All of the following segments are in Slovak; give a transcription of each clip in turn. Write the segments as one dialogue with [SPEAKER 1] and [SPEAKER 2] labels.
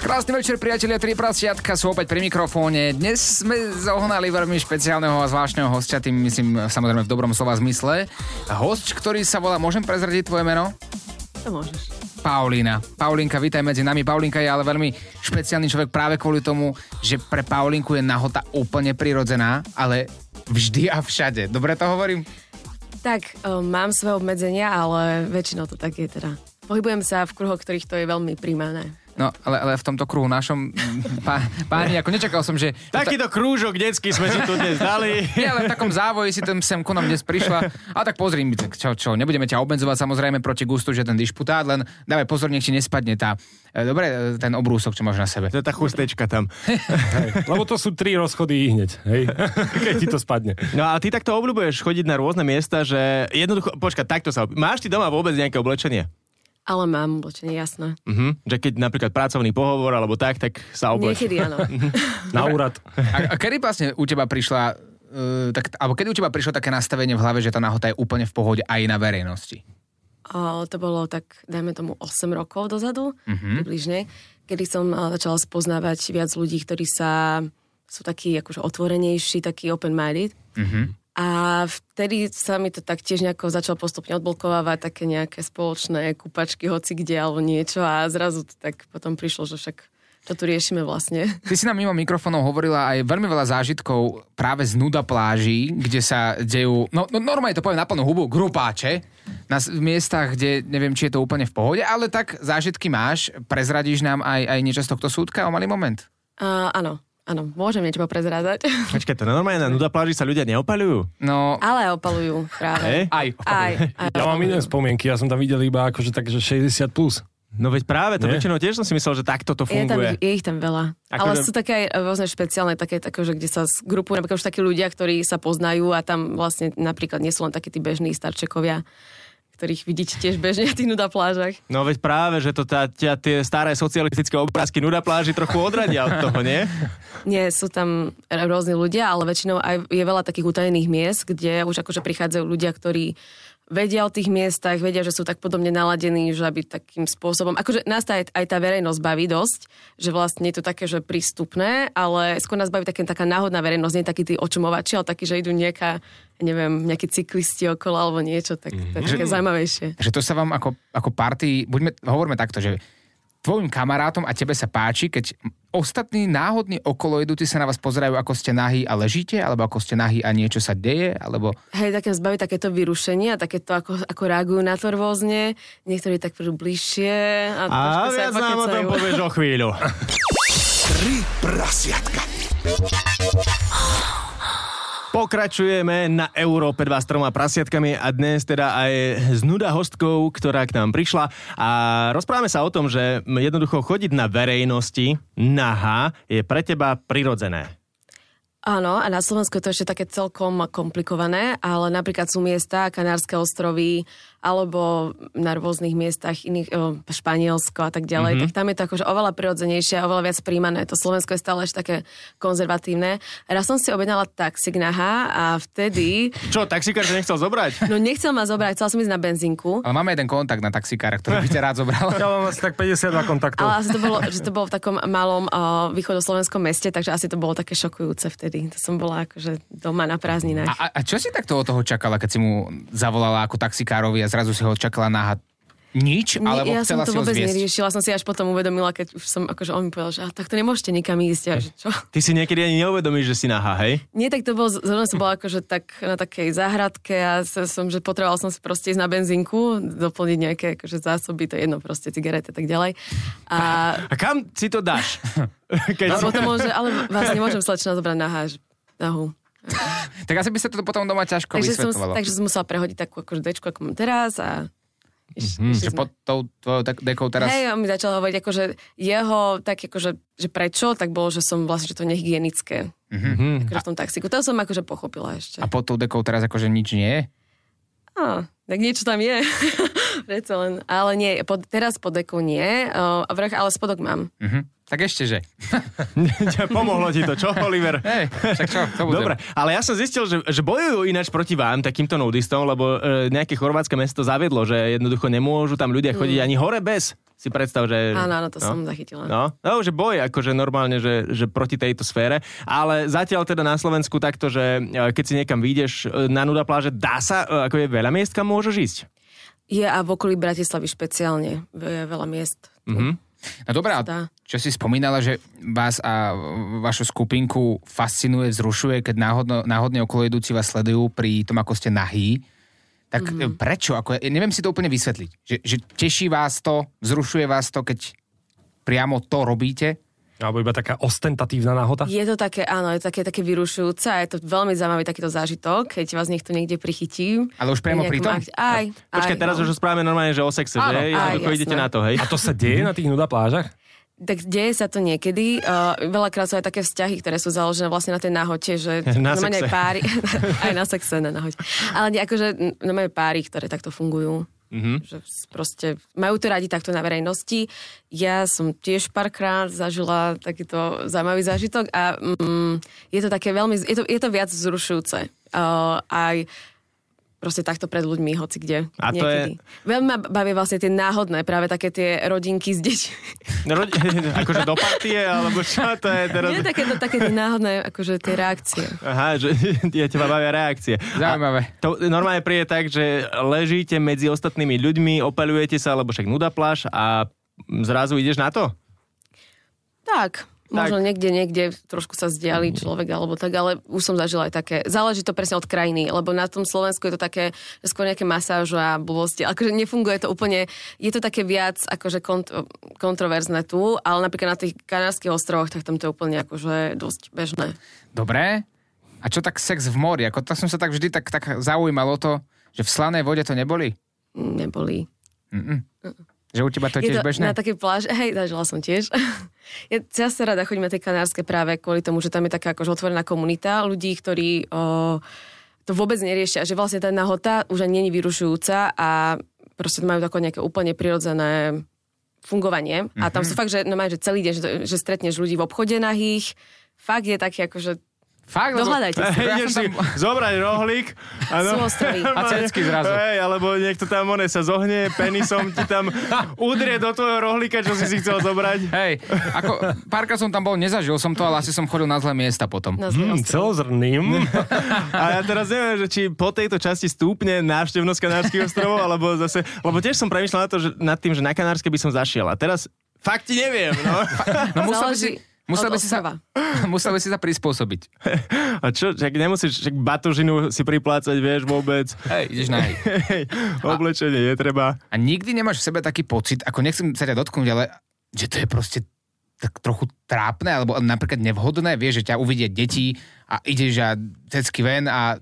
[SPEAKER 1] Krásny večer, priatelia, tri prasiatka sú opäť pri mikrofóne. Dnes sme zohnali veľmi špeciálneho a zvláštneho hostia, tým myslím e, samozrejme v dobrom slova zmysle. Host, ktorý sa volá, môžem prezradiť tvoje meno?
[SPEAKER 2] To môžeš.
[SPEAKER 1] Paulína. Paulinka, vítaj medzi nami. Paulinka je ale veľmi špeciálny človek práve kvôli tomu, že pre Paulinku je nahota úplne prirodzená, ale vždy a všade. Dobre to hovorím?
[SPEAKER 2] Tak, um, mám svoje obmedzenia, ale väčšinou to tak je teda. Pohybujem sa v kruhoch, ktorých to je veľmi príjmané.
[SPEAKER 1] No, ale, ale v tomto kruhu našom, pá, páni, ako nečakal som, že...
[SPEAKER 3] Takýto krúžok detský sme si tu dnes dali.
[SPEAKER 1] Nie, ale v takom závoji si tam sem ku nám dnes prišla. A tak pozri, tak čo, čo, nebudeme ťa obmedzovať samozrejme proti gustu, že ten dišputát, len dávaj pozor, nech ti nespadne tá... e, Dobre, e, ten obrúsok, čo máš na sebe.
[SPEAKER 3] To je tá chustečka tam.
[SPEAKER 4] Lebo to sú tri rozchody hneď, hej? Keď ti to spadne.
[SPEAKER 3] No a ty takto obľúbuješ chodiť na rôzne miesta, že jednoducho, počkaj, takto sa... ob- Máš ty doma vôbec nejaké oblečenie?
[SPEAKER 2] Ale mám oblečenie, jasné.
[SPEAKER 3] Mhm. Že keď napríklad pracovný pohovor alebo tak, tak sa obleč.
[SPEAKER 2] Niekedy áno.
[SPEAKER 4] Na úrad.
[SPEAKER 1] A, a kedy vlastne u teba prišla... e, tak, alebo kedy u teba prišlo také nastavenie v hlave, že tá nahota je úplne v pohode aj na verejnosti?
[SPEAKER 2] A to bolo tak, dajme tomu, 8 rokov dozadu, približne, kedy som a, začala spoznávať viac ľudí, ktorí sa sú takí akože otvorenejší, takí open-minded. A vtedy sa mi to tak tiež nejako začalo postupne odblokovávať také nejaké spoločné kúpačky, hoci kde alebo niečo a zrazu to tak potom prišlo, že však čo tu riešime vlastne.
[SPEAKER 1] Ty si nám mimo mikrofónov hovorila aj veľmi veľa zážitkov práve z nuda pláží, kde sa dejú, no, no normálne to poviem na plnú hubu, grupáče, na s- v miestach, kde neviem, či je to úplne v pohode, ale tak zážitky máš, prezradíš nám aj, aj niečo z tohto súdka o malý moment.
[SPEAKER 2] A, áno, áno, môžem niečo prezrádať,
[SPEAKER 3] Počkaj, to normálne na nuda pláži sa ľudia neopaľujú.
[SPEAKER 1] No,
[SPEAKER 2] ale opalujú práve.
[SPEAKER 3] Hej?
[SPEAKER 1] aj.
[SPEAKER 2] Aj, aj.
[SPEAKER 4] Ja mám iné spomienky, ja som tam videl iba akože takže 60+. Plus.
[SPEAKER 3] No veď práve, to
[SPEAKER 4] Nie.
[SPEAKER 3] väčšinou tiež som si myslel, že takto to
[SPEAKER 2] Je, tam,
[SPEAKER 3] funguje. Akože-
[SPEAKER 2] je ich tam veľa.
[SPEAKER 3] Ako
[SPEAKER 2] Ako Ale
[SPEAKER 3] že-
[SPEAKER 2] sú také aj rôzne špeciálne, také, také že kde sa grupujú napríklad už takí ľudia, ktorí sa poznajú a tam vlastne napríklad nie sú len takí tí bežní starčekovia, ktorých vidíte tiež bežne na tých nuda plážach.
[SPEAKER 3] No veď práve, že to tá, ťa tie staré socialistické obrázky nuda pláži trochu odradia od toho, nie?
[SPEAKER 2] Nie, sú tam r- rôzni ľudia, ale väčšinou aj je veľa takých utajených miest, kde už akože prichádzajú ľudia, ktorí vedia o tých miestach, vedia, že sú tak podobne naladení, že aby takým spôsobom... Akože nás tá, aj tá verejnosť baví dosť, že vlastne je to také, že prístupné, ale skôr nás baví také, taká náhodná verejnosť, nie takí tí očumovači, ale takí, že idú nieka, neviem, nejakí cyklisti okolo alebo niečo, tak to je také zaujímavejšie.
[SPEAKER 1] Že to sa vám ako, ako party, buďme, hovorme takto, že tvojim kamarátom a tebe sa páči, keď ostatní náhodní okolo idúci sa na vás pozerajú, ako ste nahý a ležíte, alebo ako ste nahý a niečo sa deje, alebo
[SPEAKER 2] Hej, také zbaví takéto vyrušenie a takéto, ako, ako reagujú na to rôzne. Niektorí tak prídu bližšie a,
[SPEAKER 3] A
[SPEAKER 2] trošku sa aj
[SPEAKER 3] viac nám o tom
[SPEAKER 2] pokecajú.
[SPEAKER 3] povieš o chvíľu.
[SPEAKER 5] Tri prasiatka.
[SPEAKER 3] Pokračujeme na Európe 2 s troma prasiatkami a dnes teda aj s nuda hostkou, ktorá k nám prišla a rozprávame sa o tom, že jednoducho chodiť na verejnosti nahá je pre teba prirodzené.
[SPEAKER 2] Áno, a na Slovensku je to ešte také celkom komplikované, ale napríklad sú miesta, Kanárske ostrovy, alebo na rôznych miestach iných, o, Španielsko a tak ďalej,
[SPEAKER 3] Mhm.
[SPEAKER 2] mm-hmm. tak tam je to akože oveľa prirodzenejšie a oveľa viac príjmané. To Slovensko je stále ešte také konzervatívne. Raz som si objednala taxík naha a vtedy,
[SPEAKER 3] Čo, taxikár ťa nechcel zobrať?
[SPEAKER 2] no nechcel ma zobrať, chcela som ísť na benzinku,
[SPEAKER 1] Ale máme jeden kontakt na taxikára, ktorý by ťa rád zobral.
[SPEAKER 4] Ja mám asi tak 52 kontaktov.
[SPEAKER 2] Ale asi to bolo, že to bolo v takom malom uh, východoslovenskom meste, takže asi to bolo také šokujúce vtedy. To som bola akože doma na
[SPEAKER 1] A,
[SPEAKER 2] prázdninách.
[SPEAKER 1] a, a čo si takto od toho čakala, keď si mu zavolala ako taxikárovi a zrazu si ho čakala na nič?
[SPEAKER 2] Nie,
[SPEAKER 1] Alebo
[SPEAKER 2] ja
[SPEAKER 1] chcela
[SPEAKER 2] som to
[SPEAKER 1] si ho
[SPEAKER 2] vôbec
[SPEAKER 1] zviesť?
[SPEAKER 2] neriešila, som si až potom uvedomila, keď už som, akože on mi povedal, že "A tak to nemôžete nikam ísť. Ja, že čo?
[SPEAKER 3] Ty si niekedy ani neuvedomíš, že si nahá, hej?
[SPEAKER 2] Nie, tak to bolo, zrovna som bola akože tak na takej záhradke a sa- som, že potreboval som si proste ísť na benzinku, doplniť nejaké akože zásoby, to je jedno proste, cigarety a tak ďalej. A
[SPEAKER 3] A kam si to dáš? Keď
[SPEAKER 2] a
[SPEAKER 3] si...
[SPEAKER 2] potom môže, ale vás nemôžem slečna zobrať naháž, nahu.
[SPEAKER 1] Tak asi by sa to potom doma ťažko
[SPEAKER 2] Takže som,
[SPEAKER 1] vysvetlovalo.
[SPEAKER 2] takže som musela prehodiť takú akože dečku, ako mám teraz a iš, mm,
[SPEAKER 1] Mhm, Že pod tou tvojou tak- dekou teraz...
[SPEAKER 2] Hej, on mi začal hovoriť, akože jeho, tak akože, že prečo, tak bolo, že som vlastne, že to je nehygienické.
[SPEAKER 1] Mhm.
[SPEAKER 2] Mm-hmm. Akože v tom taxiku. To som akože pochopila ešte.
[SPEAKER 1] A pod tou dekou teraz akože nič nie je?
[SPEAKER 2] A, Tak niečo tam je. Preto len. Ale nie, pod, teraz pod deku nie. Uh, vrch, ale spodok mám.
[SPEAKER 1] Mhm. Tak ešte, že?
[SPEAKER 3] Pomohlo ti to, čo, Oliver?
[SPEAKER 1] Hej, však čo, to budem.
[SPEAKER 3] Dobre, ale ja som zistil, že, že bojujú ináč proti vám, takýmto nudistom, lebo e, nejaké chorvátske mesto zaviedlo, že jednoducho nemôžu tam ľudia chodiť ani hore bez. Si predstav, že...
[SPEAKER 2] Mm. Áno, áno, to
[SPEAKER 3] no.
[SPEAKER 2] som zachytila.
[SPEAKER 3] No, no, že boj, akože normálne, že, že proti tejto sfére, ale zatiaľ teda na Slovensku takto, že e, keď si niekam vyjdeš e, na nuda pláže, dá sa, e, ako je veľa miest, kam môžeš ísť.
[SPEAKER 2] Je a v okolí Bratislavy špeciálne. Je veľa miest.
[SPEAKER 1] No dobrá,
[SPEAKER 2] Dá.
[SPEAKER 1] čo si spomínala, že vás a vašu skupinku fascinuje, vzrušuje, keď náhodno, náhodne okolo idúci vás sledujú pri tom, ako ste nahý. Tak
[SPEAKER 2] Mhm.
[SPEAKER 1] mm-hmm. prečo? Ako, ja neviem si to úplne vysvetliť. Že, že teší vás to, vzrušuje vás to, keď priamo to robíte?
[SPEAKER 4] Alebo iba taká ostentatívna nahota.
[SPEAKER 2] Je to také, áno, je to také, také vyrušujúce a je to veľmi zaujímavý takýto zážitok, keď vás niekto niekde prichytí.
[SPEAKER 1] Ale už priamo
[SPEAKER 2] Pri
[SPEAKER 1] pri tom?
[SPEAKER 2] nejakom akci- Aj, aj.
[SPEAKER 3] Počkaj, teraz
[SPEAKER 2] no.
[SPEAKER 3] už správame normálne, že o sexe,
[SPEAKER 1] Áno,
[SPEAKER 2] áj,
[SPEAKER 3] že? Jednoducho
[SPEAKER 2] jasné.
[SPEAKER 3] idete na to, hej?
[SPEAKER 4] A to sa deje na tých nuda plážach?
[SPEAKER 2] Tak deje sa to niekedy. Uh, veľakrát sú aj také vzťahy, ktoré sú založené vlastne na tej nahote, že
[SPEAKER 3] Na
[SPEAKER 2] normálne
[SPEAKER 3] sexe.
[SPEAKER 2] aj páry, aj na sexe, na nahote. Ale nie, akože n- normálne páry, ktoré takto fungujú. Mm-hmm.
[SPEAKER 3] Mhm.
[SPEAKER 2] Že s- proste majú to radi takto na verejnosti. Ja som tiež párkrát zažila takýto zaujímavý zážitok a mm, je to také veľmi, je to, je to viac vzrušujúce. Uh, aj proste takto pred ľuďmi, hoci kde.
[SPEAKER 3] A to je-
[SPEAKER 2] niekedy. Veľmi ma bavia vlastne tie náhodné, práve také tie rodinky s deťmi.
[SPEAKER 3] Ro- akože do partie, alebo čo to je teraz?
[SPEAKER 2] Nie takéto také tie náhodné, akože tie reakcie.
[SPEAKER 3] Aha, že ja teba bavia reakcie.
[SPEAKER 1] Zaujímavé.
[SPEAKER 3] A to normálne príde tak, že ležíte medzi ostatnými ľuďmi, opalujete sa, alebo však nuda pláž a zrazu ideš na to?
[SPEAKER 2] Tak, možno
[SPEAKER 3] Tak.
[SPEAKER 2] niekde, niekde trošku sa zdiali človek alebo tak, ale už som zažila aj také. Záleží to presne od krajiny, lebo na tom Slovensku je to také, že skôr nejaké masáž a blbosti. Akože nefunguje to úplne, je to také viac akože kont- kontroverzné tu, ale napríklad na tých Kanárskych ostrovoch, tak tam to je úplne akože dosť bežné.
[SPEAKER 1] Dobré. A čo tak sex v mori? Ako to som sa tak vždy tak, tak zaujímalo to, že v slanej vode to neboli?
[SPEAKER 2] Neboli.
[SPEAKER 1] Že u teba to
[SPEAKER 2] Je
[SPEAKER 1] tiež
[SPEAKER 2] to
[SPEAKER 1] bežné?
[SPEAKER 2] na takej pláži, hej, zažila som tiež. Ja často rada chodím na tie kanárske práve kvôli tomu, že tam je taká akože otvorená komunita ľudí, ktorí o, to vôbec neriešia, že vlastne tá nahota už ani není vyrušujúca a proste majú také nejaké úplne prirodzené fungovanie. Mm-hmm.
[SPEAKER 1] Mhm.
[SPEAKER 2] A tam sú fakt, že, no, že celý deň, že, že stretneš ľudí v obchode nahých, fakt je taký akože
[SPEAKER 1] Fakt? lebo-
[SPEAKER 2] Dohľadajte si.
[SPEAKER 1] Ja
[SPEAKER 3] ideš
[SPEAKER 1] som
[SPEAKER 3] si
[SPEAKER 1] tam-
[SPEAKER 3] zobrať rohlík
[SPEAKER 2] Sú ostrovy.
[SPEAKER 1] A cecky zrazu.
[SPEAKER 3] Hej, alebo niekto tam one sa zohne, penisom ti tam udrie do tvojho rohlíka, čo si si chcel zobrať.
[SPEAKER 1] Hej, ako párkrát som tam bol, nezažil som to, ale asi som chodil na zlé miesta potom.
[SPEAKER 2] na
[SPEAKER 4] Hm,
[SPEAKER 2] mm,
[SPEAKER 4] celozrným.
[SPEAKER 3] A ja teraz neviem, že či po tejto časti stúpne návštevnosť Kanárskych ostrovov, alebo zase, lebo tiež som premyšľal na to, že, nad tým, že na Kanárske by som zašiel. A teraz fakt ti neviem, no.
[SPEAKER 1] No musel by si,
[SPEAKER 2] záleží
[SPEAKER 1] musel
[SPEAKER 2] od
[SPEAKER 1] by si sa,
[SPEAKER 2] ostrova.
[SPEAKER 1] musel by si sa prispôsobiť.
[SPEAKER 3] A čo, čak nemusíš čak batužinu si priplácať, vieš, vôbec.
[SPEAKER 1] Hej, ideš na hej.
[SPEAKER 3] Hej, oblečenie je treba.
[SPEAKER 1] A nikdy nemáš v sebe taký pocit, ako nechcem sa ťa dotknúť, ale že to je proste tak trochu trápne, alebo napríklad nevhodné, vieš, že ťa uvidia deti a ideš a cecky ven a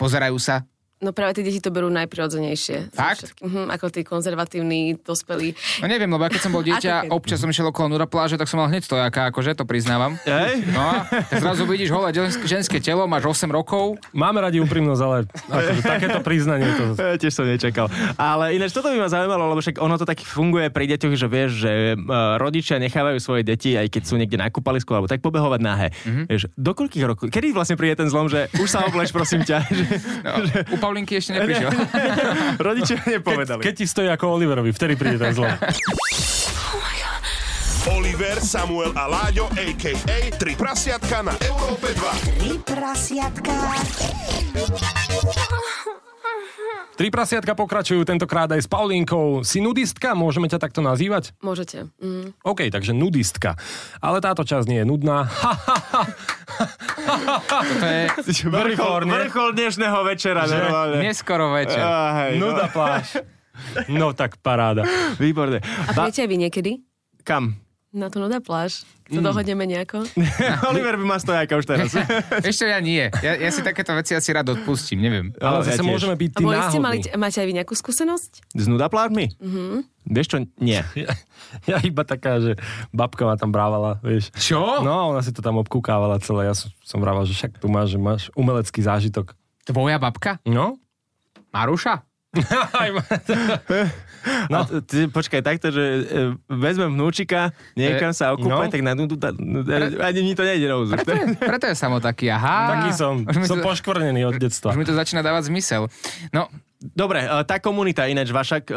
[SPEAKER 1] pozerajú sa.
[SPEAKER 2] No práve tie deti to berú najprirodzenejšie. zo
[SPEAKER 1] Fakt?
[SPEAKER 2] všetkých. Mhm, ako tí konzervatívni, dospelí.
[SPEAKER 1] No neviem, lebo ja keď som bol dieťa,
[SPEAKER 2] Ako keď?
[SPEAKER 1] občas som šiel okolo Nura pláže, tak som mal hneď stojaká, akože to priznávam.
[SPEAKER 3] Hej?
[SPEAKER 1] No a tak zrazu vidíš holé ženské- ženské telo, máš 8 rokov,
[SPEAKER 4] Máme radi úprimnosť, ale akože, takéto priznanie to...
[SPEAKER 3] Ja tiež som nečakal. Ale ináč toto by ma zaujímalo, lebo však ono to tak funguje pri deťoch, že vieš, že e, rodičia nechávajú svoje deti, aj keď sú niekde na kúpalisku, alebo tak pobehovať nahé. Mm-hmm. Vieš, do koľkých rokov? Kedy vlastne príde ten zlom, že už sa obleč, prosím ťa? Že,
[SPEAKER 1] no, u Pavlinky ešte neprišiel.
[SPEAKER 3] rodičia
[SPEAKER 4] Keď,
[SPEAKER 3] nepovedali.
[SPEAKER 4] keď ti stojí ako Oliverovi, vtedy príde ten zlo.
[SPEAKER 5] Oliver, Samuel a Láďo, a.k.a. Tri prasiatka na Európe 2.
[SPEAKER 6] Tri prasiatka.
[SPEAKER 4] Tri prasiatka pokračujú tentokrát aj s Paulínkou. Si nudistka, môžeme ťa takto nazývať?
[SPEAKER 2] Môžete. Mhm.
[SPEAKER 4] OK, takže nudistka. Ale táto časť nie je nudná. Ha, ha, ha.
[SPEAKER 1] To je
[SPEAKER 3] vrchol,
[SPEAKER 4] Vrchol, nie?
[SPEAKER 3] vrchol dnešného večera, že? normálne.
[SPEAKER 1] neskoro večer.
[SPEAKER 3] Á, hej, no.
[SPEAKER 4] Nuda pláž. No tak paráda.
[SPEAKER 3] Výborné.
[SPEAKER 2] A
[SPEAKER 3] Ba-
[SPEAKER 2] príjete aj vy niekedy?
[SPEAKER 3] kam?
[SPEAKER 2] Na tú nuda pláž. To
[SPEAKER 3] Mm.
[SPEAKER 2] dohodneme nejako.
[SPEAKER 3] Oliver by ma stojáka už teraz.
[SPEAKER 1] Ešte ja nie. Ja, ja si takéto veci asi rád odpustím, neviem.
[SPEAKER 4] Ale
[SPEAKER 3] Ale ja
[SPEAKER 4] zase
[SPEAKER 3] tiež.
[SPEAKER 4] môžeme byť
[SPEAKER 2] A
[SPEAKER 4] tí
[SPEAKER 2] boli ste, mali,
[SPEAKER 4] náhodní.
[SPEAKER 2] máte aj vy nejakú skúsenosť?
[SPEAKER 3] S nudaplármi? Mm-hmm. Vieš čo? Nie.
[SPEAKER 4] Ja, ja iba taká, že babka ma tam brávala, vieš.
[SPEAKER 1] Čo?
[SPEAKER 4] No, ona si to tam obkúkávala celé. Ja som, som vraval, že však tu máš, že máš umelecký zážitok.
[SPEAKER 1] Tvoja babka?
[SPEAKER 4] No,
[SPEAKER 1] Maruša?
[SPEAKER 3] No. A t- ty, počkaj, takto, že e, vezmem vnúčika, niekam sa okúpať,
[SPEAKER 4] no.
[SPEAKER 3] no. tak na nudú, da, e, ani mi to nejde na úzor.
[SPEAKER 1] Preto je, preto je samo taký, aha.
[SPEAKER 4] Taký som.
[SPEAKER 1] Už mi,
[SPEAKER 4] Som
[SPEAKER 1] to,
[SPEAKER 4] poškvrnený od detstva.
[SPEAKER 1] už mi to začína dávať zmysel. No,
[SPEAKER 3] Dobre, e, tá komunita ináč vaša, e,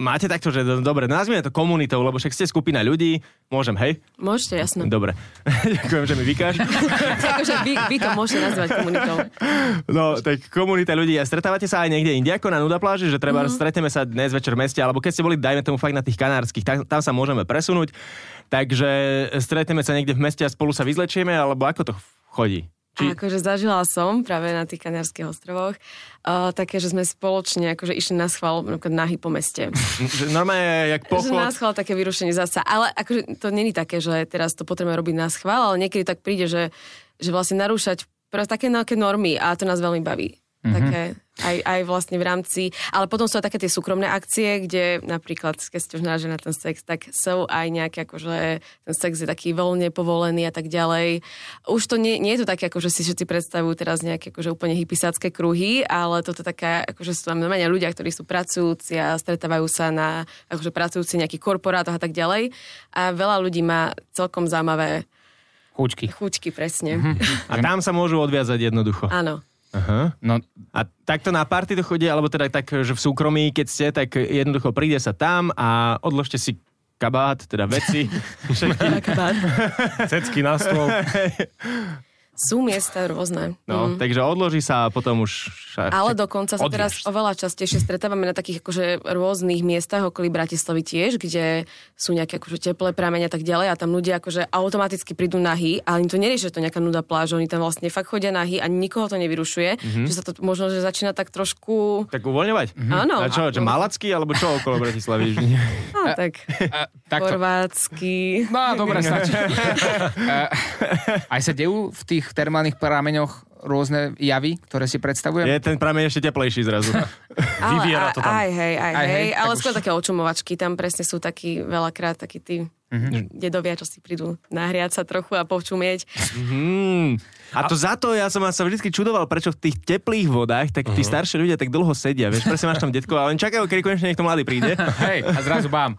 [SPEAKER 3] máte takto, že do- dobre, nazvime to komunitou, lebo však ste skupina ľudí, môžem, hej?
[SPEAKER 2] Môžete, jasné.
[SPEAKER 3] Dobre, ďakujem, že mi vykáš.
[SPEAKER 2] Takže vy, vy to môžete nazvať komunitou.
[SPEAKER 3] No, tak komunita ľudí, a stretávate sa aj niekde inde, ako na nuda pláži, že treba mm. stretneme sa dnes večer v meste, alebo keď ste boli, dajme tomu fakt na tých kanárskych, tam, tam sa môžeme presunúť, takže stretneme sa niekde v meste a spolu sa vyzlečieme, alebo ako to chodí?
[SPEAKER 2] A akože zažila som práve na tých Kanárskych ostrovoch uh, také, že sme spoločne akože išli na schvál napríklad nahy po meste.
[SPEAKER 3] Že normálne, jak
[SPEAKER 2] Že
[SPEAKER 3] pochod.
[SPEAKER 2] na schvál také vyrušenie zasa. Ale akože to není také, že teraz to potrebujeme robiť na schvál, ale niekedy tak príde, že, že vlastne narúšať pr- také nejaké normy a to nás veľmi baví. Mm-hmm. Také aj, aj vlastne v rámci, ale potom sú aj také tie súkromné akcie, kde napríklad, keď ste už narážali na ten sex, tak sú aj nejaké, akože ten sex je taký voľne povolený a tak ďalej. Už to nie, nie je to také, akože si všetci predstavujú teraz nejaké akože úplne hypisácké kruhy, ale toto je taká, akože sú tam normálne ľudia, ktorí sú pracujúci a stretávajú sa na akože pracujúci nejakých korporátoch a tak ďalej. A veľa ľudí má celkom zaujímavé
[SPEAKER 1] chúčky.
[SPEAKER 2] chuťky presne. Mm-hmm.
[SPEAKER 3] A tam sa môžu odviazať jednoducho.
[SPEAKER 2] Áno.
[SPEAKER 1] No,
[SPEAKER 3] A takto na party to chodí, alebo teda tak, že v súkromí, keď ste, tak jednoducho príde sa tam a odložte si kabát, teda veci. všetky.
[SPEAKER 4] Cecky na stôl.
[SPEAKER 2] Sú miesta rôzne.
[SPEAKER 3] No, takže odloží sa a potom už... Ša...
[SPEAKER 2] Ale dokonca sa
[SPEAKER 3] odviaž
[SPEAKER 2] teraz
[SPEAKER 3] sa.
[SPEAKER 2] oveľa častejšie stretávame na takých akože rôznych miestach okolí Bratislavy tiež, kde sú nejaké akože teplé pramene a tak ďalej a tam ľudia akože automaticky prídu nahy a oni to neriešia, že to je nejaká nuda pláž, oni tam vlastne fakt chodia nahy a nikoho to nevyrušuje,
[SPEAKER 1] Mhm.
[SPEAKER 2] mm-hmm. že sa to možno, že začína tak trošku...
[SPEAKER 3] Tak uvoľňovať?
[SPEAKER 4] Mhm.
[SPEAKER 2] Áno.
[SPEAKER 3] A čo, čo, malacký, alebo čo okolo Bratislavy?
[SPEAKER 2] No, tak,
[SPEAKER 1] a, E, takto.
[SPEAKER 2] chorvátsky.
[SPEAKER 1] No, dobre, stačí. A- Aj sa dejú v tých termálnych prameňoch rôzne javy, ktoré si
[SPEAKER 3] Je
[SPEAKER 1] predstavujem?
[SPEAKER 3] ten prameň ešte teplejší zrazu.
[SPEAKER 2] ale,
[SPEAKER 4] Vyviera to tam.
[SPEAKER 2] Aj, hej, aj,
[SPEAKER 1] Aj
[SPEAKER 2] aj
[SPEAKER 1] hej,
[SPEAKER 2] hej,
[SPEAKER 1] tak
[SPEAKER 2] ale
[SPEAKER 1] už-
[SPEAKER 2] skôr také očumovačky, tam presne sú takí veľakrát takí tí
[SPEAKER 1] Mhm.
[SPEAKER 2] mm-hmm. dedovia, čo si prídu nahriať sa trochu a počumieť.
[SPEAKER 3] Mm. A to za to, ja som sa vždy čudoval, prečo v tých teplých vodách, tak
[SPEAKER 4] Mhm.
[SPEAKER 3] tí starší ľudia tak dlho sedia, vieš, presne máš tam detko a oni čakajú, kedy konečne niekto mladý príde.
[SPEAKER 1] Hej, a zrazu bám.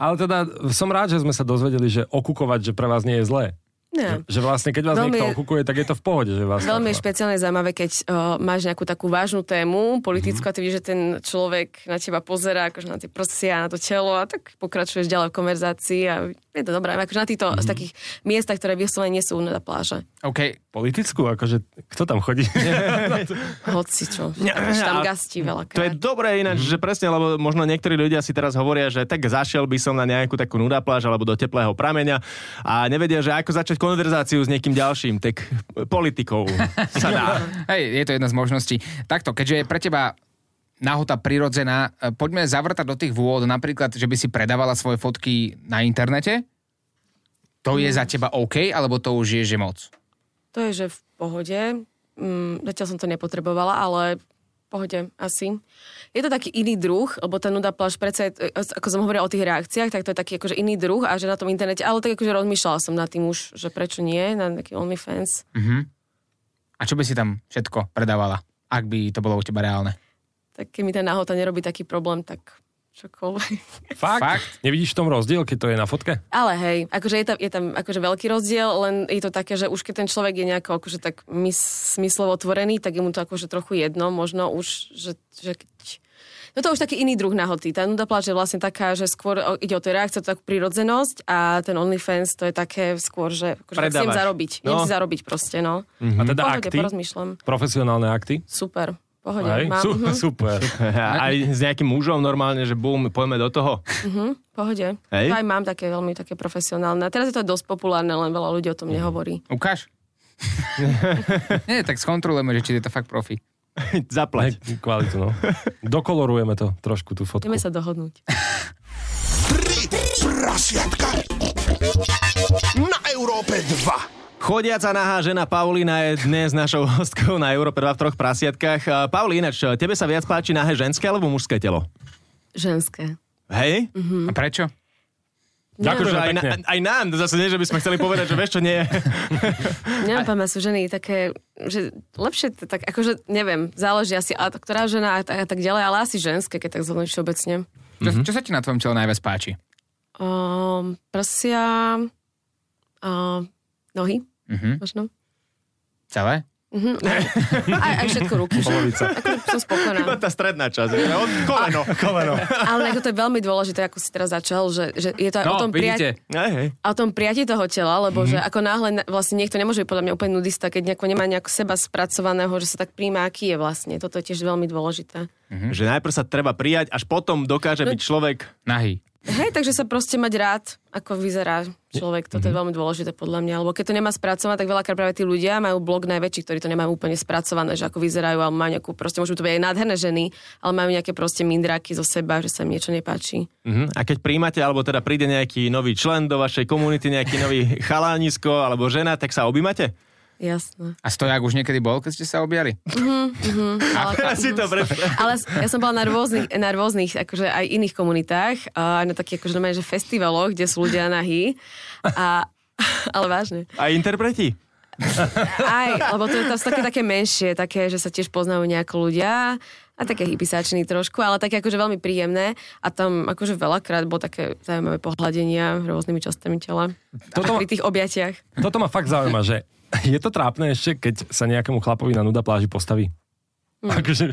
[SPEAKER 4] Ale teda som rád, že sme sa dozvedeli, že okukovať, že pre vás nie je zlé.
[SPEAKER 2] No.
[SPEAKER 4] Že vlastne, keď vás
[SPEAKER 2] Veľmi
[SPEAKER 4] niekto
[SPEAKER 2] je-
[SPEAKER 4] okukuje, tak je to v pohode, že vás...
[SPEAKER 2] Veľmi je
[SPEAKER 4] takto-
[SPEAKER 2] špeciálne zaujímavé, keď uh, máš nejakú takú vážnu tému politickú a ty vidíš, že ten človek na teba pozerá, akože na tie prsia, na to telo a tak pokračuješ ďalej v konverzácii a je to dobré. Akože na
[SPEAKER 3] Mhm.
[SPEAKER 2] týchto z takých miestach, ktoré vyslovene nie sú na pláže.
[SPEAKER 1] OK,
[SPEAKER 4] Politickú, akože, kto tam chodí?
[SPEAKER 2] Hoci čo. Akože tam gastí veľakrát.
[SPEAKER 3] To je dobré
[SPEAKER 4] Mhm.
[SPEAKER 3] ináč, že presne, lebo možno niektorí ľudia si teraz hovoria, že tak zašiel by som na nejakú takú nuda pláž alebo do teplého prameňa a nevedia, že ako začať konverzáciu s niekým ďalším, tak e, politikou sa dá.
[SPEAKER 4] No.
[SPEAKER 1] Hej, je to jedna z možností. Takto, keďže je pre teba nahota prirodzená, e, poďme zavrtať do tých vôd, napríklad, že by si predávala svoje fotky na internete. To je za teba OK, alebo to už je, že moc?
[SPEAKER 2] to je, že v pohode. Mm, zatiaľ som to nepotrebovala, ale v pohode asi. Je to taký iný druh, lebo tá nuda pláž predsa, je, e, ako som hovorila o tých reakciách, tak to je taký akože iný druh a že na tom internete, ale tak akože rozmýšľala som nad tým už, že prečo nie, na nejaký OnlyFans.
[SPEAKER 1] A čo by si tam všetko predávala, ak by to bolo u teba reálne?
[SPEAKER 2] Tak keď mi tá náhota nerobí taký problém, tak čokoľvek.
[SPEAKER 4] Fakt?
[SPEAKER 1] Fakt?
[SPEAKER 4] Nevidíš v tom rozdiel, keď to je na fotke?
[SPEAKER 2] Ale hej, akože je tam, je tam akože veľký rozdiel, len je to také, že už keď ten človek je nejako akože tak mys- smyslovo otvorený, tak je mu to akože trochu jedno, možno už, že, že keď... No to už taký iný druh nahoty. Tá nuda pláč je vlastne taká, že skôr o- ide o tej reakcie, o takú prírodzenosť a ten OnlyFans to je také skôr, že akože
[SPEAKER 3] Predávaš.
[SPEAKER 2] chcem zarobiť. No.
[SPEAKER 3] No.
[SPEAKER 2] Chcem si zarobiť proste, no.
[SPEAKER 4] A teda
[SPEAKER 2] Pohode,
[SPEAKER 4] akty?
[SPEAKER 2] porozmýšľam.
[SPEAKER 4] Profesionálne akty?
[SPEAKER 2] Super. Pohode,
[SPEAKER 4] Hej,
[SPEAKER 2] mám.
[SPEAKER 4] Sú,
[SPEAKER 2] mhm,
[SPEAKER 4] super.
[SPEAKER 3] Aj s nejakým mužom normálne, že bum, poďme do toho.
[SPEAKER 2] Pohode.
[SPEAKER 3] Hej.
[SPEAKER 2] To aj mám také veľmi také profesionálne. A teraz je to dosť populárne, len veľa ľudí o tom nehovorí.
[SPEAKER 1] Ukáž? Nie, tak skontrolujeme, že či je to fakt profi.
[SPEAKER 3] Zaplať.
[SPEAKER 4] Kvalitu, no. Dokolorujeme to trošku, tú fotku.
[SPEAKER 2] Ideme sa dohodnúť.
[SPEAKER 5] Prasiatka na Európe 2.
[SPEAKER 3] Chodiaca nahá žena Paulina je dnes našou hostkou na Európe 2 v troch prasiatkách. A Pauli, ináč, tebe sa viac páči nahé ženské alebo mužské telo?
[SPEAKER 2] Ženské.
[SPEAKER 3] Hej?
[SPEAKER 1] A prečo?
[SPEAKER 4] Ďakujem
[SPEAKER 3] Akože aj,
[SPEAKER 4] Mhm. pekne.
[SPEAKER 3] na, aj nám, zase nie, že by sme chceli povedať, že vieš čo, nie.
[SPEAKER 2] Neviem, pamätám sú ženy také, že lepšie, t- tak akože neviem, záleží asi, a ktorá žena a, tak- a tak ďalej, ale asi ženské, keď tak zhodnúť
[SPEAKER 1] Čo,
[SPEAKER 2] všeobecne.
[SPEAKER 4] Mhm.
[SPEAKER 1] mm-hmm. čo sa ti na tvojom tele najviac páči?
[SPEAKER 2] Um, prsia, um, nohy,
[SPEAKER 1] Mhm.
[SPEAKER 2] možno.
[SPEAKER 1] Celé?
[SPEAKER 2] Aj, aj všetko ruky. že? Ako, som spokojná.
[SPEAKER 3] Iba tá stredná časť. že od- Koleno. Koleno.
[SPEAKER 2] Ale ako to je veľmi dôležité, ako si teraz začal, že, že je to aj o
[SPEAKER 1] No,
[SPEAKER 2] tom prijatí.
[SPEAKER 1] vidíte. Mhm.
[SPEAKER 3] Hej, hej.
[SPEAKER 2] a o tom prijati toho tela, lebo mm-hmm. že ako náhle na- vlastne niekto nemôže byť podľa mňa úplne nudista, keď nejako nemá nejako seba spracovaného, že sa tak príjma, aký je vlastne. Toto je tiež veľmi dôležité.
[SPEAKER 4] Mhm.
[SPEAKER 3] Že najprv sa treba prijať, až potom dokáže
[SPEAKER 4] No.
[SPEAKER 3] byť človek
[SPEAKER 1] Nahý.
[SPEAKER 2] Hej, takže sa proste mať rád, ako vyzerá človek. Toto je veľmi dôležité podľa mňa, lebo keď to nemá spracované, tak veľakrát práve tí ľudia majú blog najväčší, ktorí to nemajú úplne spracované, že ako vyzerajú, ale majú nejakú, proste môžu to byť aj nádherné ženy, ale majú nejaké proste mindráky zo seba, že sa im niečo nepáči.
[SPEAKER 3] Mhm. A keď príjmate, alebo teda príde nejaký nový člen do vašej komunity, nejaký nový chalánisko alebo žena, tak sa objímate?
[SPEAKER 2] Jasné.
[SPEAKER 1] A stojak už niekedy bol, keď ste sa objali?
[SPEAKER 2] Ale,
[SPEAKER 3] si to predstav.
[SPEAKER 2] Ale s- ja som bola na rôznych, na rôznych akože aj iných komunitách, a aj na takých akože normálne, že festivaloch, kde sú ľudia nahí. A, ale vážne.
[SPEAKER 3] A interpreti?
[SPEAKER 2] Aj, lebo to, tam sú také, také menšie, také, že sa tiež poznajú nejako ľudia a také hypisáčný trošku, ale také akože veľmi príjemné a tam akože veľakrát bolo také zaujímavé pohľadenia rôznymi častami tela.
[SPEAKER 4] Toto-
[SPEAKER 2] Toto... Pri tých objatiach.
[SPEAKER 4] Toto ma fakt zaujíma, že je to trápne ešte, keď sa nejakému chlapovi na nuda pláži postaví.
[SPEAKER 2] Hm.
[SPEAKER 4] Akože,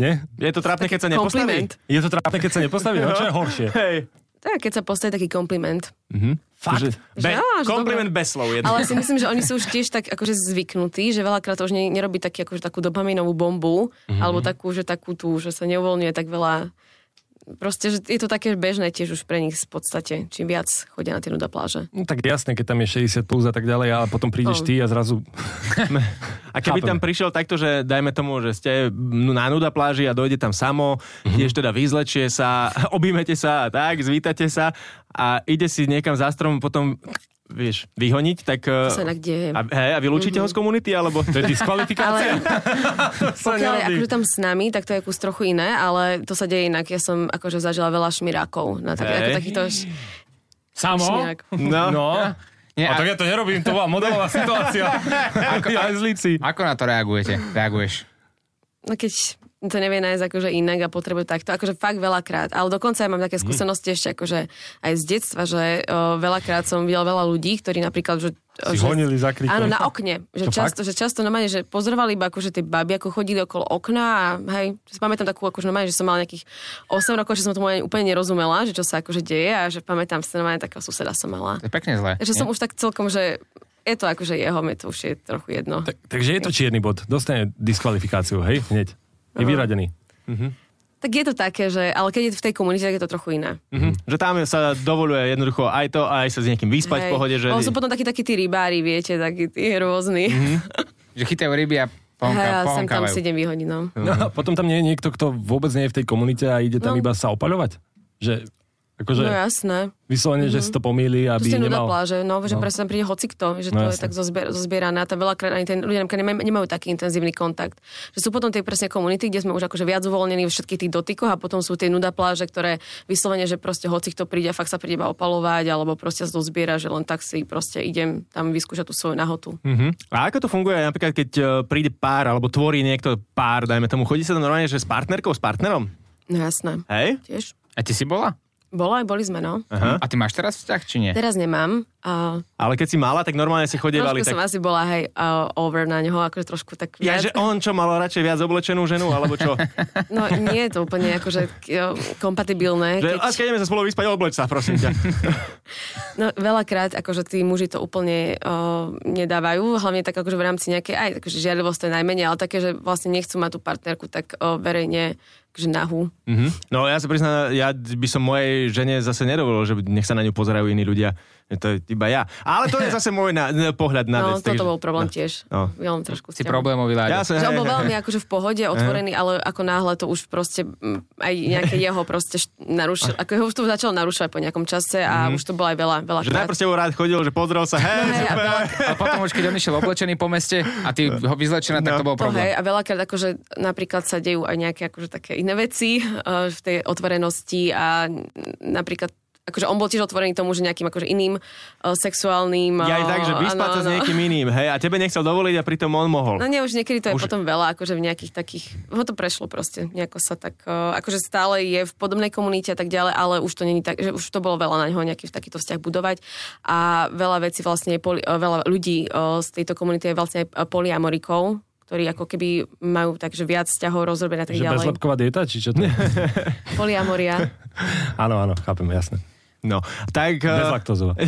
[SPEAKER 4] nie?
[SPEAKER 3] Je to trápne, keď sa nepostaví?
[SPEAKER 2] Kompliment.
[SPEAKER 4] Je to trápne, keď sa nepostaví, no čo je horšie?
[SPEAKER 3] Hej.
[SPEAKER 2] To je, keď sa postaví taký kompliment.
[SPEAKER 4] Akože,
[SPEAKER 3] Fakt. Be-
[SPEAKER 2] Že áno, že
[SPEAKER 3] kompliment
[SPEAKER 2] dobre.
[SPEAKER 3] bez slov. Jedno.
[SPEAKER 2] Ale si myslím, že oni sú už tiež tak akože zvyknutí, že veľakrát to už ne, nerobí taký, akože takú dopaminovú bombu, mm-hmm. alebo takú, že takú tú, že sa neuvoľňuje tak veľa. Proste, že je to také bežné tiež už pre nich v podstate. Čím viac chodia na tie nuda pláže.
[SPEAKER 4] No tak jasné, keď tam je 60 plus a tak ďalej, ale potom
[SPEAKER 2] Oh.
[SPEAKER 4] prídeš ty a zrazu...
[SPEAKER 3] A keby tam
[SPEAKER 4] Chápem.
[SPEAKER 3] prišiel takto, že dajme tomu, že ste mm, na nuda pláži a dojde tam samo, tiež teda vyzlečie sa, objímete sa a tak, zvítate sa a ide si niekam za strom potom vieš, vyhoniť, tak... To
[SPEAKER 2] sa inak deje. Mhm.
[SPEAKER 3] A, hej, a vylúčite mm-hmm. ho z komunity, alebo...
[SPEAKER 4] To je diskvalifikácia.
[SPEAKER 2] Pokiaľ je akože tam s nami, tak to je kus trochu iné, ale to sa deje inak. Ja som akože zažila veľa šmirákov na tak,
[SPEAKER 3] Hej.
[SPEAKER 2] ako takýchto š-
[SPEAKER 4] Samo?
[SPEAKER 2] šmirák.
[SPEAKER 3] No.
[SPEAKER 4] No.
[SPEAKER 1] Nie, a,
[SPEAKER 4] A tak ja to nerobím, to bola modelová situácia. Ako aj z Lici.
[SPEAKER 1] ako na to reagujete? Reaguješ?
[SPEAKER 2] No keď to nevie nájsť akože inak a potrebuje takto, akože fakt veľakrát. Ale dokonca ja mám
[SPEAKER 4] Mhm.
[SPEAKER 2] také skúsenosti ešte akože aj z detstva, že o, veľakrát som videl veľa ľudí, ktorí napríklad, že... o,
[SPEAKER 4] Si
[SPEAKER 2] že
[SPEAKER 4] honili za kríkom.
[SPEAKER 2] Áno, na okne. Že
[SPEAKER 4] To
[SPEAKER 2] často, že často normálne, že pozorovali iba akože tie baby, ako chodili okolo okna a hej, že si pamätám takú akože normálne, že som mala nejakých 8 rokov, že som tomu ani úplne nerozumela, že čo sa akože deje a že pamätám si normálne takého suseda som mala.
[SPEAKER 1] To je pekne zle.
[SPEAKER 2] Takže
[SPEAKER 4] Mhm.
[SPEAKER 2] som už tak celkom, že je to akože jeho, mne to už je trochu jedno.
[SPEAKER 4] Tak, takže je to čierny bod. Dostane diskvalifikáciu, hej, hneď. Je vyradený.
[SPEAKER 2] Tak je to také, že, ale keď je v tej komunite, tak je to trochu iné.
[SPEAKER 3] Mhm. Že tam sa dovoluje jednoducho aj to, aj sa s niekým vyspať v
[SPEAKER 2] Hej.
[SPEAKER 3] pohode, že...
[SPEAKER 2] Ale sú potom takí, takí tí rybári, viete, takí tí rôzni.
[SPEAKER 4] Mhm.
[SPEAKER 1] Že chytajú ryby a
[SPEAKER 2] Hej,
[SPEAKER 1] pohonka,
[SPEAKER 2] a sem tam
[SPEAKER 1] pohonkávajú.
[SPEAKER 2] si idem vyhodiť, no.
[SPEAKER 4] No, a potom tam nie je niekto, kto vôbec nie je v tej komunite a ide tam
[SPEAKER 2] No.
[SPEAKER 4] iba sa opaľovať. Že, akože,
[SPEAKER 2] No jasné.
[SPEAKER 4] vyslovene, že si to pomýli, aby
[SPEAKER 2] Proste nuda
[SPEAKER 4] nemal...
[SPEAKER 2] pláže, no, že no. presne tam príde hocikto, že to je
[SPEAKER 4] No jasné.
[SPEAKER 2] tak zozbier, zozbierané a tam veľakrát ani ten ľudia napríklad nemaj- nemajú taký intenzívny kontakt. Že sú potom tie presne komunity, kde sme už akože viac uvoľnení vo všetkých tých dotykoch a potom sú tie nuda pláže, ktoré vyslovene, že proste hocikto príde a fakt sa príde iba opalovať alebo proste sa to zbiera, že len tak si proste idem tam vyskúšať tú svoju nahotu.
[SPEAKER 3] Mhm. A ako to funguje napríklad, keď e, príde pár, alebo tvorí niekto pár, dajme tomu, chodí sa tam normálne, že s partnerkou, s partnerom?
[SPEAKER 2] No jasné.
[SPEAKER 3] Hej?
[SPEAKER 2] Tiež.
[SPEAKER 1] A ty si bola?
[SPEAKER 2] Bolo aj boli sme, no.
[SPEAKER 3] Aha.
[SPEAKER 1] A ty máš teraz vzťah, či nie?
[SPEAKER 2] Teraz nemám. A
[SPEAKER 3] Ale keď si mala, tak normálne si chodievali.
[SPEAKER 2] Trošku
[SPEAKER 3] Tak...
[SPEAKER 2] som asi bola, hej, uh, over na neho, akože trošku tak
[SPEAKER 3] Ja,
[SPEAKER 2] viac.
[SPEAKER 3] že on čo, mal radšej viac oblečenú ženu, alebo čo?
[SPEAKER 2] No nie je to úplne akože k- kompatibilné.
[SPEAKER 3] Že, a
[SPEAKER 2] Keď,
[SPEAKER 3] keď ideme sa spolu vyspať, obleč sa, prosím ťa. Mhm.
[SPEAKER 2] no veľakrát akože tí muži to úplne uh, nedávajú, hlavne tak akože v rámci nejakej, aj akože žiadlivosť to je najmenej, ale také, že vlastne nechcú mať tú partnerku tak uh, verejne akože nahú.
[SPEAKER 3] Mhm. No ja sa priznám, ja by som mojej žene zase nedovolil, že nech sa na ňu pozerajú iní ľudia. To je iba ja. Ale to je zase môj na, na- pohľad na
[SPEAKER 2] No
[SPEAKER 3] vec. takže-
[SPEAKER 2] toto bol problém tiež.
[SPEAKER 3] No.
[SPEAKER 2] No. Ja len trošku
[SPEAKER 1] Si
[SPEAKER 2] vzťahu.
[SPEAKER 1] problémový ľadia.
[SPEAKER 3] Ja som,
[SPEAKER 2] Že
[SPEAKER 3] hej,
[SPEAKER 2] on bol
[SPEAKER 3] hej,
[SPEAKER 2] veľmi
[SPEAKER 3] hej.
[SPEAKER 2] akože v pohode, otvorený, ale ako náhle to už proste mm, aj nejaké jeho proste št- narušil, ako jeho už to začalo narušovať po nejakom čase a už to bolo aj veľa, veľa
[SPEAKER 3] Mhm. Že najprv ste ho rád chodil, že pozrel sa, hej,
[SPEAKER 2] No, Hej, a veľa,
[SPEAKER 1] A potom už, keď on išiel oblečený po meste a ty ho vyzlečená, tak to
[SPEAKER 3] No.
[SPEAKER 1] bol
[SPEAKER 2] to hej,
[SPEAKER 1] problém.
[SPEAKER 2] a veľakrát akože napríklad sa dejú aj nejaké akože také iné veci eh, v tej otvorenosti a n- napríklad akože on bol tiež otvorený tomu, že nejakým akože iným uh, sexuálnym...
[SPEAKER 3] Ja aj
[SPEAKER 2] eh,
[SPEAKER 3] tak, že vyspať
[SPEAKER 2] áno,
[SPEAKER 3] sa s
[SPEAKER 2] áno.
[SPEAKER 3] niekým iným, hej, a tebe nechcel dovoliť a pritom on mohol.
[SPEAKER 2] No nie, už niekedy to je
[SPEAKER 3] Už-
[SPEAKER 2] potom veľa, akože v nejakých takých, ho to prešlo proste, nejako sa tak, eh, akože stále je v podobnej komunite a tak ďalej, ale už to není tak, že už to bolo veľa na ňo nejaký takýto vzťah budovať a veľa vecí vlastne, je poli, eh, veľa ľudí eh, z tejto komunity je vlastne aj eh, poliamorikov, ktorí ako keby majú takže viac vzťahov rozrobené a tak
[SPEAKER 4] Že
[SPEAKER 2] ďalej.
[SPEAKER 4] bezlepková dieta, či čo to je?
[SPEAKER 2] Poliamoria,
[SPEAKER 4] Áno, áno, chápem, jasné.
[SPEAKER 3] No, tak... eh,
[SPEAKER 4] Bezlaktozová.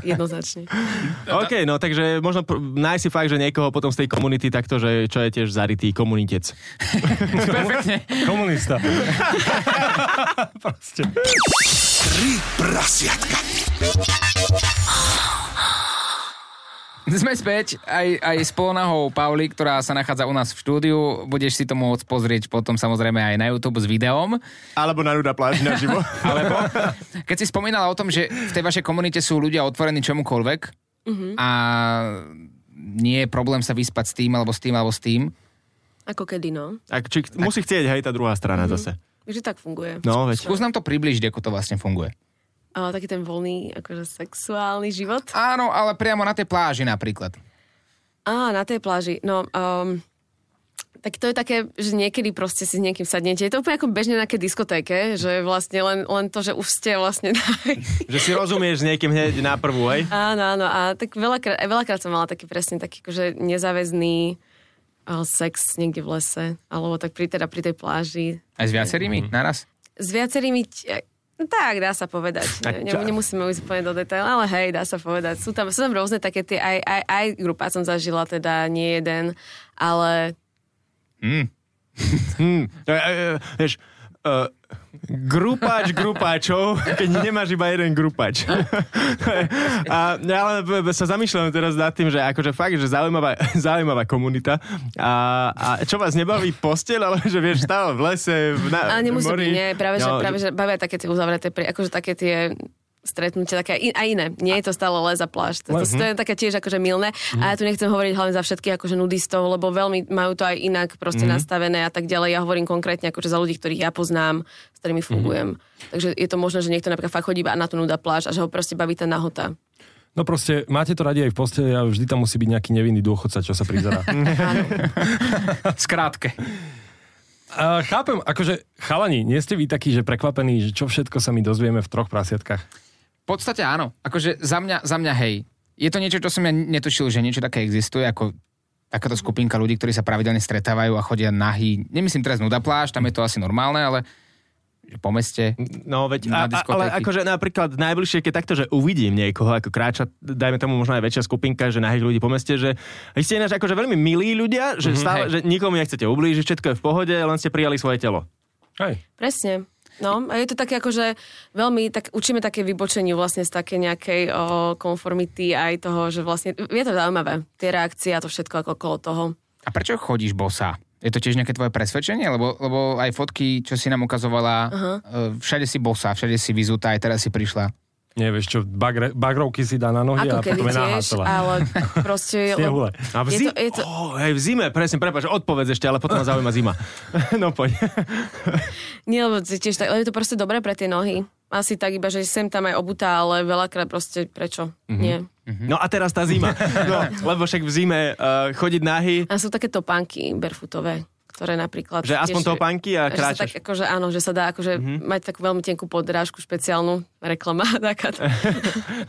[SPEAKER 2] jednoznačne.
[SPEAKER 3] OK, no takže možno pr- nájsť si fakt, že niekoho potom z tej komunity takto, že čo je tiež zarytý komunitec.
[SPEAKER 1] Perfektne.
[SPEAKER 4] Komunista. Proste.
[SPEAKER 5] Prasiatka.
[SPEAKER 1] Sme späť aj, aj s polonahou Pauli, ktorá sa nachádza u nás v štúdiu. Budeš si to môcť pozrieť potom samozrejme aj na YouTube s videom.
[SPEAKER 3] Alebo na nuda pláži na živo.
[SPEAKER 1] Alebo keď si spomínala o tom, že v tej vašej komunite sú ľudia otvorení čomukoľvek
[SPEAKER 2] Mhm.
[SPEAKER 1] a nie je problém sa vyspať s tým, alebo s tým, alebo s tým.
[SPEAKER 2] Ako kedy, no.
[SPEAKER 3] tak, či, musí chcieť, hej, tá druhá strana zase.
[SPEAKER 2] Takže tak funguje.
[SPEAKER 3] No, veď.
[SPEAKER 1] Skús nám to približiť, ako to vlastne funguje.
[SPEAKER 2] A taký ten voľný, akože sexuálny život.
[SPEAKER 1] Áno, ale priamo na tej pláži napríklad.
[SPEAKER 2] Á, na tej pláži. No, um, tak to je také, že niekedy proste si s niekým sadnete. Je to úplne ako bežne na nejakej diskotéke, že vlastne len, len to, že už ste vlastne...
[SPEAKER 3] Že si rozumieš s niekým hneď na prvú, hej?
[SPEAKER 2] áno, áno. A tak veľakrát, aj veľakrát som mala taký presne taký akože nezáväzný uh, sex niekde v lese. Alebo tak pri, teda pri tej pláži.
[SPEAKER 1] Aj s viacerými naraz.
[SPEAKER 2] S viacerými... T- no tak, dá sa povedať. Ne,
[SPEAKER 3] čo?
[SPEAKER 2] nemusíme ísť úplne do detailu, ale hej, dá sa povedať. Sú tam, sú tam rôzne také tie... Aj, aj, aj grupa som zažila, teda nie jeden, ale
[SPEAKER 3] E, e, e, Vieš, e, grupáč grupáčov, keď nemáš iba jeden grupač. a ja ale b- b- sa zamýšľam teraz nad tým, že akože fakt, že zaujímavá, zaujímavá komunita. A, a čo vás nebaví postel, ale že vieš, stále v lese, v na,
[SPEAKER 2] Ale nemusí
[SPEAKER 3] mori. No,
[SPEAKER 2] byť, nie, práve, že, práve, že bavia také tie uzavreté, pri, akože také tie stretnutia, také in- a iné. Nie je to stále les a pláž. To, to, to
[SPEAKER 3] Mhm.
[SPEAKER 2] je také tiež akože milné. A ja tu nechcem hovoriť hlavne za všetkých akože nudistov, lebo veľmi majú to aj inak proste
[SPEAKER 3] Mhm.
[SPEAKER 2] nastavené a tak ďalej. Ja hovorím konkrétne akože za ľudí, ktorých ja poznám, s ktorými fungujem.
[SPEAKER 3] Mhm.
[SPEAKER 2] Takže je to možné, že niekto napríklad fakt chodí iba na tú nuda pláž a že ho proste baví tá nahota.
[SPEAKER 4] No proste, máte to radi aj v posteli a vždy tam musí byť nejaký nevinný dôchodca, čo sa prizerá.
[SPEAKER 1] Skrátke.
[SPEAKER 4] A chápem, akože chalani, nie ste vy takí, že prekvapení, že čo všetko sa my dozvieme v troch prasiatkách?
[SPEAKER 1] V podstate áno. Akože za mňa, za mňa hej. Je to niečo, čo som ja netušil, že niečo také existuje, ako takáto skupinka ľudí, ktorí sa pravidelne stretávajú a chodia nahý. Nemyslím teraz nuda pláž, tam je to asi normálne, ale že po meste.
[SPEAKER 3] No, veď,
[SPEAKER 1] Na
[SPEAKER 3] a, a, ale
[SPEAKER 1] diskotéky.
[SPEAKER 3] akože napríklad najbližšie, keď takto, že uvidím niekoho, ako kráča, dajme tomu možno aj väčšia skupinka, že nahyť ľudí po meste, že vy ste ináč akože veľmi milí ľudia,
[SPEAKER 4] Mhm,
[SPEAKER 3] že, mm-hmm, stále,
[SPEAKER 1] hej.
[SPEAKER 3] že nikomu nechcete ublížiť, všetko je v pohode, len ste prijali svoje telo.
[SPEAKER 4] Hej.
[SPEAKER 2] Presne. No, a je to také akože veľmi, tak učíme také vybočeniu vlastne z také nejakej o, konformity aj toho, že vlastne, je to zaujímavé, tie reakcie a to všetko ako okolo toho.
[SPEAKER 1] A prečo chodíš bosa? Je to tiež nejaké tvoje presvedčenie? Lebo, lebo aj fotky, čo si nám ukazovala, uh-huh. všade si bosa, všade si vyzutá, aj teraz si prišla.
[SPEAKER 4] Nie, vieš čo, bagre, bagrovky si dá na nohy
[SPEAKER 2] Ako
[SPEAKER 4] a
[SPEAKER 2] kedy
[SPEAKER 4] potom je náha
[SPEAKER 2] tiež,
[SPEAKER 4] celá.
[SPEAKER 2] ale proste...
[SPEAKER 4] Snehule.
[SPEAKER 3] A v,
[SPEAKER 2] Je
[SPEAKER 3] zi-
[SPEAKER 2] to- je to-
[SPEAKER 3] oh, hej, v zime, presne, prepáč, odpovedz ešte, ale potom ma zaujíma zima. No poď.
[SPEAKER 2] Nie, lebo si tiež tak, ale je to proste dobré pre tie nohy. Asi tak iba, že sem tam aj obutá, ale veľakrát proste prečo? Nie.
[SPEAKER 4] Mhm.
[SPEAKER 3] No a teraz tá zima. No, lebo však v zime uh, chodiť nahy,
[SPEAKER 2] A sú také topánky barefootové, ktoré napríklad...
[SPEAKER 3] že aspoň
[SPEAKER 2] tiež-
[SPEAKER 3] topánky
[SPEAKER 2] že sa
[SPEAKER 3] a
[SPEAKER 2] tak,
[SPEAKER 3] kráčaš. Mhm.
[SPEAKER 2] akože, áno, že sa dá akože mať takú veľmi tenkú podrážku špeciálnu, reklama taká.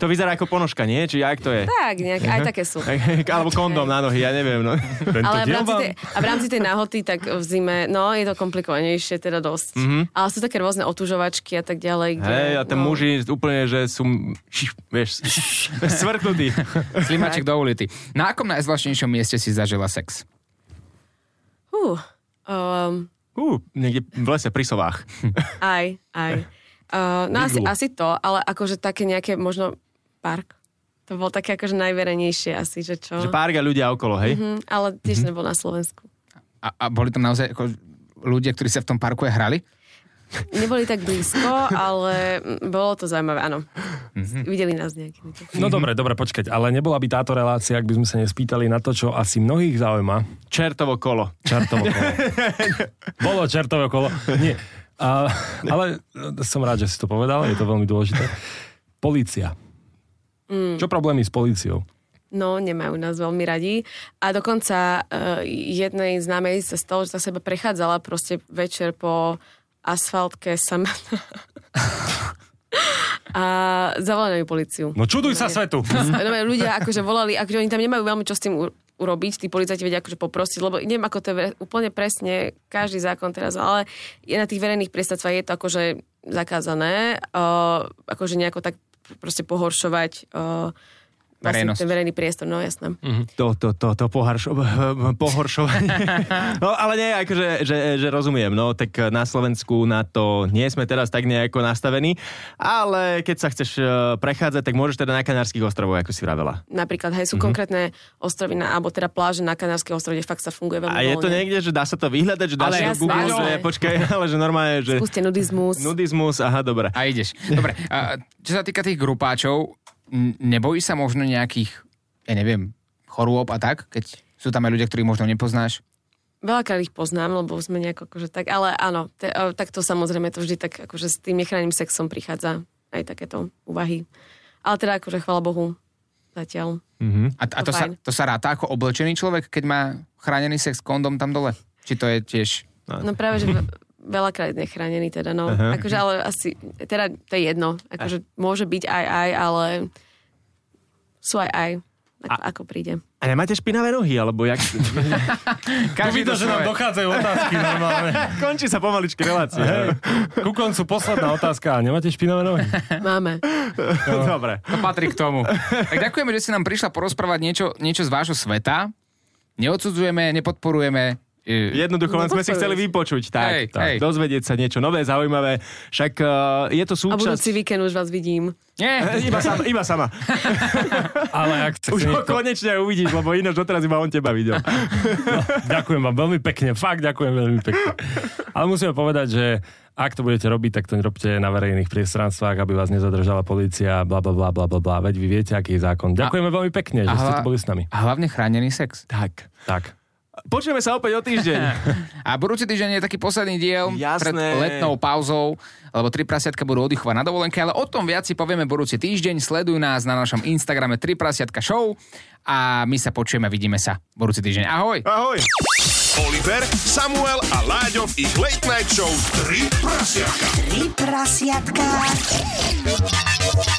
[SPEAKER 3] To vyzerá ako ponožka, nie? Či jak to je?
[SPEAKER 2] Tak, nejak, aj také sú.
[SPEAKER 3] Alebo kondom na nohy, ja neviem. No.
[SPEAKER 4] Tento
[SPEAKER 2] Ale v
[SPEAKER 4] diel
[SPEAKER 2] rámci,
[SPEAKER 4] vám-
[SPEAKER 2] tej, a v rámci tej nahoty, tak v zime, no, je to komplikovanejšie, teda dosť. Mm-hmm. Ale sú také rôzne otužovačky a tak ďalej. Kde,
[SPEAKER 3] Mhm. Hej, a ten
[SPEAKER 2] no,
[SPEAKER 3] muži úplne, že sú, šš, vieš, svrknutí.
[SPEAKER 1] Slimaček do ulity. Na akom najzvláštnejšom mieste si zažila sex?
[SPEAKER 2] Hú, um,
[SPEAKER 3] Ú, niekde v lese pri sovách.
[SPEAKER 2] aj, aj. Uh, no asi,
[SPEAKER 4] Iglu.
[SPEAKER 2] asi to, ale akože také nejaké, možno park. To bol také akože najverenejšie asi, že čo.
[SPEAKER 3] Že Mhm. párga ľudia okolo, hej?
[SPEAKER 2] Hm, ale tiež mm-hmm. nebol na Slovensku.
[SPEAKER 1] A, a boli tam naozaj ako ľudia, ktorí sa v tom parku aj hrali?
[SPEAKER 2] Neboli tak blízko, ale mm, bolo to zaujímavé, áno. Videli nás nejakými. takými.
[SPEAKER 4] No dobre, dobre, počkať, ale nebola by táto relácia, ak by sme sa nespýtali na to, čo asi mnohých zaujíma.
[SPEAKER 3] Čertovo kolo.
[SPEAKER 4] Čertovo kolo. Bolo čertové kolo. Nie. A, ale no, som rád, že si to povedal, je to veľmi dôležité. Polícia. Mm. Čo problémy s políciou?
[SPEAKER 2] No, nemajú nás veľmi radi. A dokonca uh, jednej známej sa stalo, že sa seba prechádzala proste večer po asfaltke sama. a zavolali ju policiu.
[SPEAKER 4] No čuduj sa svetu!
[SPEAKER 2] Normálne ľudia akože volali, akože oni tam nemajú veľmi čo s tým u- urobiť, tí policajti vedia akože poprosiť, lebo neviem, ako to je ve- úplne presne každý zákon teraz, ale je na tých verejných priestatstvách je to akože zakázané, uh, akože nejako tak proste pohoršovať uh, vlastne
[SPEAKER 1] Verejnosť.
[SPEAKER 2] ten verejný priestor, no jasné.
[SPEAKER 3] To, to, to, to poharšo, pohoršovanie. No ale nie, akože, že, že rozumiem, no tak na Slovensku na to nie sme teraz tak nejako nastavení, ale keď sa chceš eh, prechádzať, tak môžeš teda na Kanárskych ostrovoch, ako si vravela.
[SPEAKER 2] Napríklad, hej,
[SPEAKER 3] Mhm.
[SPEAKER 2] sú mm-hmm. konkrétne ostrovy, na, alebo teda pláže na Kanárskej ostrove, kde fakt sa funguje veľmi
[SPEAKER 3] A je to
[SPEAKER 2] voľne.
[SPEAKER 3] niekde, že dá sa to vyhľadať, že dá
[SPEAKER 2] Ale
[SPEAKER 3] sa
[SPEAKER 2] jasné,
[SPEAKER 3] to Google,
[SPEAKER 2] jasné.
[SPEAKER 3] že počkaj, ale že normálne, že
[SPEAKER 2] Spúste nudizmus.
[SPEAKER 3] nudizmus, aha, dobre.
[SPEAKER 1] A ideš. Dobre, a čo sa týka tých grupáčov, n- nebojíš sa možno nejakých, ja neviem, chorôb a tak, keď sú tam aj ľudia, ktorých možno nepoznáš?
[SPEAKER 2] Veľakrát ich poznám, lebo sme nejako akože tak, ale áno, te, o, takto samozrejme to vždy tak akože s tým nechráneným sexom prichádza aj takéto úvahy. Ale teda akože chvala Bohu zatiaľ.
[SPEAKER 4] Hm?
[SPEAKER 1] A, a to,
[SPEAKER 2] To
[SPEAKER 1] sa,
[SPEAKER 2] fajn.
[SPEAKER 1] to sa ráta ako oblečený človek, keď má chránený sex kondom tam dole? Či to je tiež...
[SPEAKER 2] No práve, že ve- veľakrát nechránený teda, no. Uh-huh. Akože ale asi, teda to je jedno. Akože môže byť aj aj, ale sú aj aj, ako, ako príde.
[SPEAKER 3] A nemáte špinavé nohy, alebo jak...
[SPEAKER 4] Tu vidno, že nám dochádzajú otázky normálne.
[SPEAKER 3] Končí sa pomaličky relácia.
[SPEAKER 4] Hej, ku koncu posledná otázka. Nemáte špinavé nohy?
[SPEAKER 2] Máme.
[SPEAKER 3] Dobre.
[SPEAKER 1] To patrí k tomu. Tak ďakujeme, že si nám prišla porozprávať niečo, niečo z vášho sveta. Neodsudzujeme, nepodporujeme. e,
[SPEAKER 3] Jednoducho, len sme si
[SPEAKER 2] Nepodporuješ.
[SPEAKER 3] chceli vypočuť, tak,
[SPEAKER 1] Hej,
[SPEAKER 3] tak
[SPEAKER 1] hej.
[SPEAKER 3] dozvedieť sa niečo nové, zaujímavé. Však uh, je to
[SPEAKER 2] A
[SPEAKER 3] súčasť...
[SPEAKER 2] budúci víkend už vás vidím.
[SPEAKER 1] Nie,
[SPEAKER 3] Iba sama, iba sama.
[SPEAKER 4] Ale ak chce
[SPEAKER 3] Už ho
[SPEAKER 4] niekto...
[SPEAKER 3] konečne uvidíš, lebo ináč doteraz iba on teba videl.
[SPEAKER 4] No, Ďakujem vám veľmi pekne, fakt ďakujem veľmi pekne. Ale musíme povedať, že ak to budete robiť, tak to robte na verejných priestranstvách, aby vás nezadržala polícia, bla bla bla bla bla bla. Veď vy viete, aký je zákon. Ďakujeme veľmi pekne, že ste
[SPEAKER 1] hla-
[SPEAKER 4] tu boli s nami.
[SPEAKER 1] A hlavne chránený sex.
[SPEAKER 3] Tak.
[SPEAKER 4] Tak.
[SPEAKER 3] Počujeme sa opäť o týždeň.
[SPEAKER 1] A budúci týždeň je taký posledný diel
[SPEAKER 3] Jasné.
[SPEAKER 1] pred letnou pauzou, lebo tri prasiatka budú oddychovať na dovolenke, ale o tom viac si povieme budúci týždeň. Sleduj nás na našom Instagrame 3 prasiatka show a my sa počujeme, vidíme sa budúci týždeň. Ahoj!
[SPEAKER 3] Ahoj.
[SPEAKER 5] Oliver, Samuel a Láďo v ich Late Night Show 3 prasiatka.
[SPEAKER 6] Tri prasiatka.